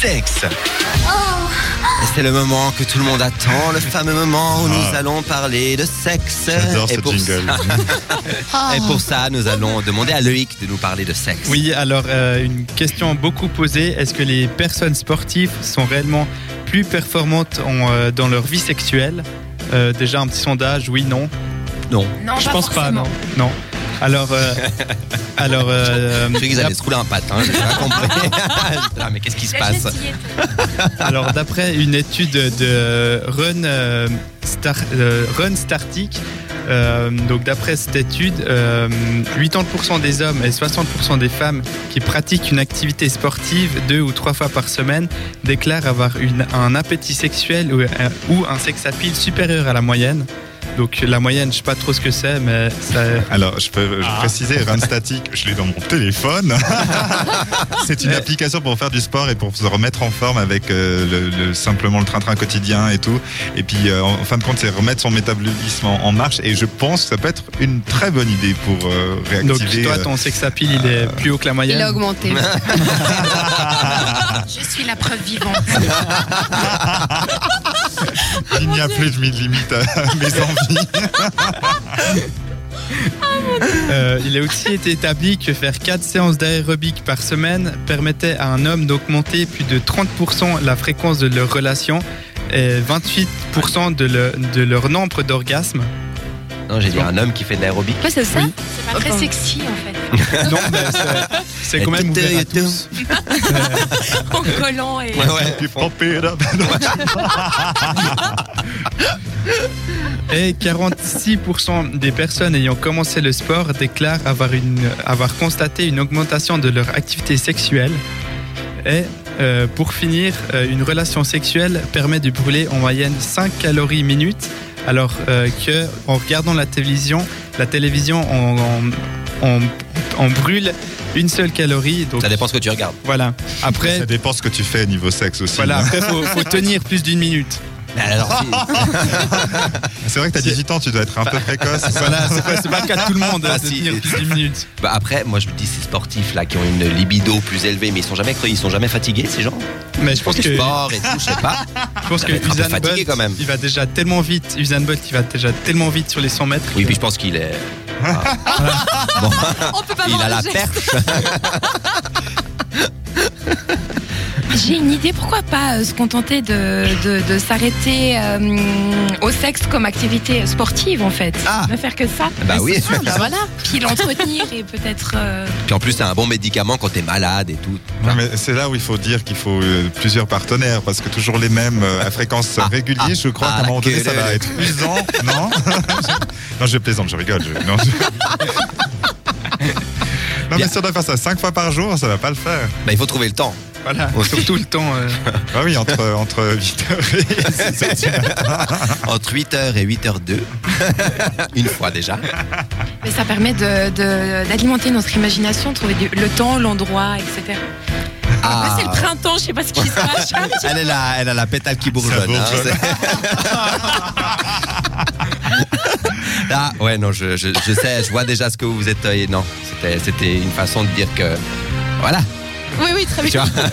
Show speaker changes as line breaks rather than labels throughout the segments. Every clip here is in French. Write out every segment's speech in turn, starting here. sexe. C'est le moment que tout le monde attend, le fameux moment où nous
Ah.
allons parler de sexe.
J'adore
Euh, Et
ce
pour
jingle.
ça- et pour
Ah.
ça, nous allons demander à Loïc de nous parler de sexe.
Oui, alors euh, une question beaucoup posée, est-ce que les personnes sportives sont réellement plus performantes en, euh, dans leur vie sexuelle Euh, Déjà un petit sondage, oui, non.
Non.
Non,
Je pense pas,
forcément.
non. Non. Alors, euh, alors euh,
Je sais qu'ils
la-
allaient se rouler un patin, j'ai pas compris. Ah, mais qu'est-ce qui se
La
passe
gentillesse.
Alors, d'après une étude de Run, euh, Star, euh, Run Startic, euh, donc d'après cette étude, euh, 80% des hommes et 60% des femmes qui pratiquent une activité sportive deux ou trois fois par semaine déclarent avoir une- un appétit sexuel ou, un- ou un sex appeal supérieur à la moyenne. Donc la moyenne, je sais pas trop ce que c'est, mais ça,
Alors, je peux je
Ah.
préciser, Run Static, je l'ai dans mon téléphone. c'est une
Ouais.
application pour faire du sport et pour se remettre en forme avec euh, le, le- simplement le train-train quotidien et tout. Et puis, euh, en fin de compte, c'est remettre son métabolisme en, en marche. Et je pense que ça peut être une très bonne idée pour euh,
donc
réactiver.
toi,
euh,
ton sex appeal, il est plus haut que la moyenne.
Il a augmenté.
Je suis la preuve vivante.
Ah,
il n'y a plus de limite à mes envies.
Euh, il a aussi été établi que faire 4 séances d'aérobic par semaine permettait à un homme d'augmenter plus de 30% la fréquence de leur relation et 28% de, le- de leur nombre d'orgasmes.
Non, j'ai dit un homme qui fait de l'aérobic.
Ouais, c'est ça
Oui.
C'est pas très sexy en fait.
Non, mais c'est- c'est quand
Et
même
tout
ouvert
est-
à tous. Euh,
En collant et.
ouais.
Puis pop it up.
Et 46% des personnes ayant commencé le sport déclarent avoir, une, avoir constaté une augmentation de leur activité sexuelle. Et euh, pour finir, euh, une relation sexuelle permet de brûler en moyenne 5 calories minutes, alors euh, que en regardant la télévision, la télévision on, on- on- on brûle une seule calorie. Donc
Ça dépend ce que tu regardes.
Voilà. Après,
Ça dépend ce que tu fais niveau sexe aussi. hein.
voilà, après faut, faut tenir plus d'une minute.
Mais alors, si-
C'est vrai que t'as 18 ans, tu dois être un peu précoce.
Voilà, c'est pas, c'est pas le cas de tout le monde hein,
Ah,
de
si.
tenir plus d'une minute.
Bah après, moi je me dis ces sportifs là qui ont une libido plus élevée, mais ils sont jamais creux, ils sont jamais fatigués ces gens.
Mais je pense
Ils font du
que
sport et tout, je sais pas.
Je pense
Ça
que
va être un peu
Usain
fatigué,
Bolt,
quand même.
il va déjà tellement vite. Usain Bolt, il va déjà tellement vite sur les 100 mètres.
Oui,
que-
puis je pense qu'il est.
On peut pas
Il
voir
a la
le geste.
perche.
J'ai une idée, pourquoi pas euh, se contenter de, de, de s'arrêter euh, au sexe comme activité sportive en fait
Ah.
Ne faire que ça
Bah oui.
Ah, bah voilà Puis l'entretenir et peut-être. euh,
Puis en plus, c'est un bon médicament quand t'es malade et tout.
Non, mais c'est là où il faut dire qu'il faut euh, plusieurs partenaires parce que toujours les mêmes euh, à fréquence
Ah,
régulière, je crois
ah,
qu'à un moment donné
la
ça va
querelle.
être usant, non Non, je plaisante, je rigole. je- Non, je- Non, mais si on doit faire ça cinq fois par jour, ça va pas le faire.
Bah il faut trouver le temps.
Voilà, surtout le temps. euh,
Ah oui, entre, entre 8 heures et 6 heures du matin.
Entre 8h et 8h02. Une fois déjà.
mais ça permet de- de- d'alimenter notre imagination, de trouver du- le temps, l'endroit, etc. Après, Ah,
Ah.
c'est le printemps, je sais pas ce qui se passe.
Elle, est là, elle a la pétale qui bourgeonne. hein,
bourgeonne.
c'est- Là, Ah, ouais, non, je, je- je sais, je vois déjà ce que vous êtes. euh, non, c'était- c'était une façon de dire que. Voilà,
Oui, oui, très
tu
bien.
vois.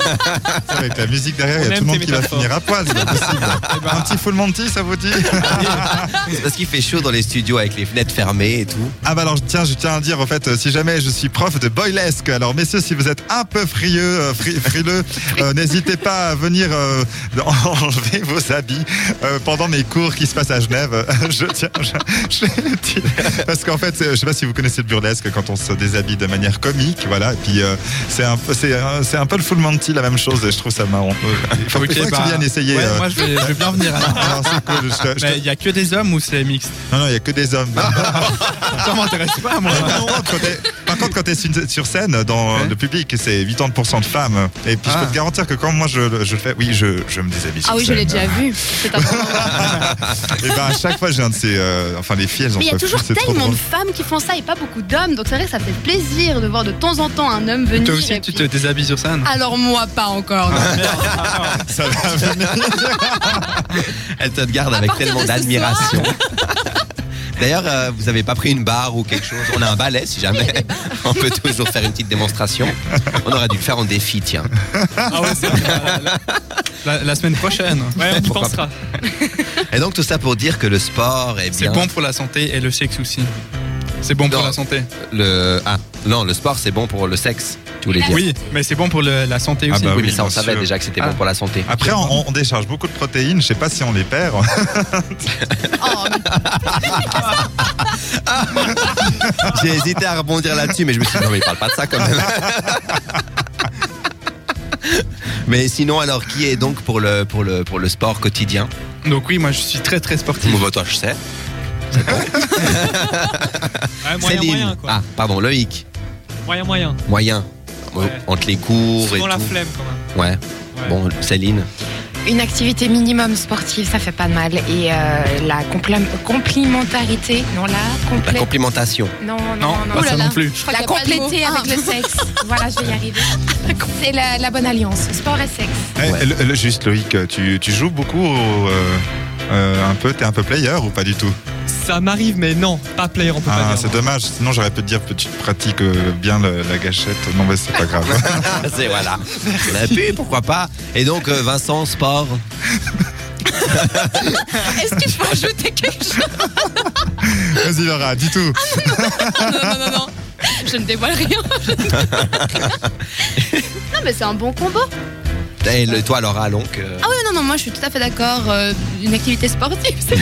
Avec la musique derrière, il y
On
a tout
aime
le monde
tes
qui va
métaphores. Eh
finir
ben.
à poil, c'est pas possible. Un petit full Monty, ça vous dit
C'est parce qu'il fait chaud dans les studios avec les fenêtres fermées et tout.
Ah bah alors tiens, je tiens à dire en fait, euh, si jamais je suis prof de boylesque, alors messieurs, si vous êtes un peu frieux, euh, fri- frileux, euh, n'hésitez pas à venir euh, enlever vos habits euh, pendant mes cours qui se passent à Genève. je tiens, je, je le dis. parce qu'en fait, c'est- je sais pas si vous connaissez le burlesque quand on se déshabille de manière comique, voilà. Et puis euh, c'est un peu, c'est un- c'est un peu le full monty, la même chose. Et je trouve ça marrant. Il faut,
ok,
il faudrait que
bah,
tu viennes essayer.
ouais,
euh.
Moi, je vais, je vais bien venir. alors.
Alors, c'est cool, je te- je te-
Mais il y a que des hommes ou c'est mixte
Non, non, il y a que des hommes.
Ça m'intéresse pas, moi.
Par contre, quand t'es- Par contre, quand tu es sur scène, dans
Ouais.
le public, c'est 80% de femmes. Et puis, je
Ah.
peux te garantir que quand moi je, le- je le fais, oui, je, je me déshabille.
Ah
sur
oui, je
scène.
l'ai déjà vu. C'est un moment.
Et ben, à chaque fois, j'ai un de ces. euh, enfin, les filles, elles en
Mais il y a
peuvent plus,
toujours
c'est trop
tellement de
drôle.
femmes qui font ça et pas beaucoup d'hommes. Donc c'est vrai que ça fait plaisir de voir de temps en temps un homme venir.
Toi aussi,
et
tu te
puis-
déshabilles sur scène
Alors moi, pas encore.
Ça va venir.
Elle te regarde
À
avec
partir
tellement
de ce soir.
d'admiration. D'ailleurs, euh, vous avez pas pris une barre ou quelque chose On a un balai si jamais. On peut toujours faire une petite démonstration. On aurait dû le faire en défi, tiens.
Ah ouais, c'est vrai, la,
La, la semaine prochaine.
la- ouais, on y
Pourquoi
pensera.
Et donc tout ça pour dire que le sport est
C'est
bien.
bon pour la santé et le sexe aussi. C'est bon pour
Non.
la santé.
Le ah non, le sport c'est bon pour le sexe. Tu voulais dire.
Oui, Ah mais c'est bon pour le- la santé
Ah
aussi.
bah
Oui,
oui,
mais ça on
bien
savait
sûr.
déjà que c'était
Ah.
bon pour la santé.
Après, on, on décharge beaucoup de protéines. Je sais pas si on les perd.
Oh, mais
Ah.
J'ai hésité à rebondir là-dessus, mais je me suis dit, non, mais il parle pas de ça quand même. Mais sinon, alors, qui est donc pour le, pour le, pour le sport quotidien
Donc oui, moi je suis très très sportif.
Moi, toi, je sais.
Ouais, moyen,
Céline.
moyen, quoi.
Ah, pardon, Loïc.
Moyen, moyen.
Moyen. Bon,
Ouais.
Entre les cours
Souvent
et
la
tout.
flemme, quand même.
Ouais.
Ouais.
Bon, Céline.
Une activité minimum sportive, ça fait pas de mal. Et euh, la complé- complimentarité, non, la
La
complé-
complimentation.
Non,
Non,
non, non.
pas
non.
ça non plus.
je crois
La
qu'il y a pas de mot.
compléter avec
Ah.
le sexe. Voilà, je vais y arriver. C'est la, la bonne alliance, sport et sexe.
Eh,
Ouais.
le- le- juste Loïc, tu, tu joues beaucoup au, euh, euh, un peu, t'es un peu player ou pas du tout
Ça m'arrive, mais non, pas player, on peut
Ah,
pas
c'est
dire.
dommage. Sinon, j'aurais pu te dire que tu pratiques euh, bien le- la gâchette. Non, mais c'est pas grave.
C'est voilà. On a pu, pourquoi pas. Et donc, euh, Vincent, sport.
Est-ce que je peux ajouter quelque chose
Vas-y Laura, dis tout.
Ah,
Non, non, non, non. Je ne dévoile rien.
Non, mais c'est un bon combo.
Et le, toi, Laura, donc. euh,
Ah oui, non, non, moi je suis tout à fait d'accord. euh, une activité sportive, c'est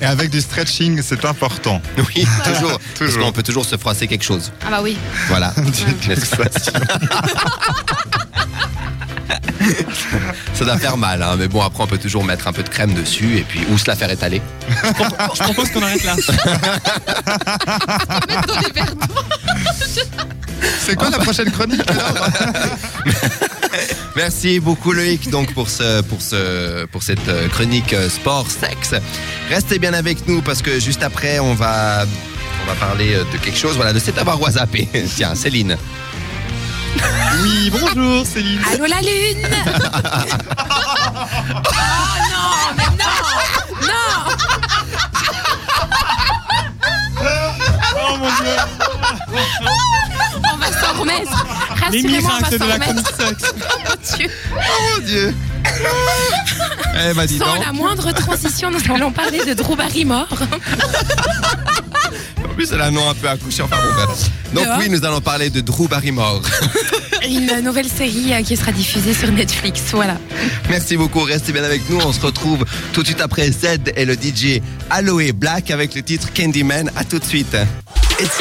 Et avec du stretching, c'est important.
oui, toujours. Parce
Toujours.
qu'on peut toujours se froisser quelque chose.
Ah bah oui.
Voilà.
Dites
N'est-ce
ça.
Ça doit faire mal, hein, mais bon, après, on peut toujours mettre un peu de crème dessus et puis ou se la faire étaler.
Je propose qu'on arrête là.
Mettre dans des verres d'eau.
C'est quoi la
Ah.
prochaine chronique alors
Merci beaucoup, Loïc, donc, pour, ce, pour, ce, pour cette euh, chronique euh, sport-sexe. Restez bien avec nous parce que juste après, on va, on va parler euh, de quelque chose, voilà, de cet avoir zappé. Tiens, Céline.
Oui, bonjour Céline.
Allô, la lune
Oh mon dieu.
On va s'en remettre.
Les
Rassurez-moi, on va
miracles de
s'en
la
remettre.
chronique sexe.
Oh,
Mon Dieu Eh
bah,
ben, dis
Sans
donc.
la moindre transition, nous allons parler de Drew Barrymore.
En plus, elle a un nom un peu accouché, enfin bon, bref. Donc,
Dehors.
oui, nous allons parler de Drew Barrymore.
Une nouvelle série euh, qui sera diffusée sur Netflix. Voilà.
Merci beaucoup, restez bien avec nous. On se retrouve tout de suite après Z et le DJ Aloe Black avec le titre Candyman. À tout de suite, etc.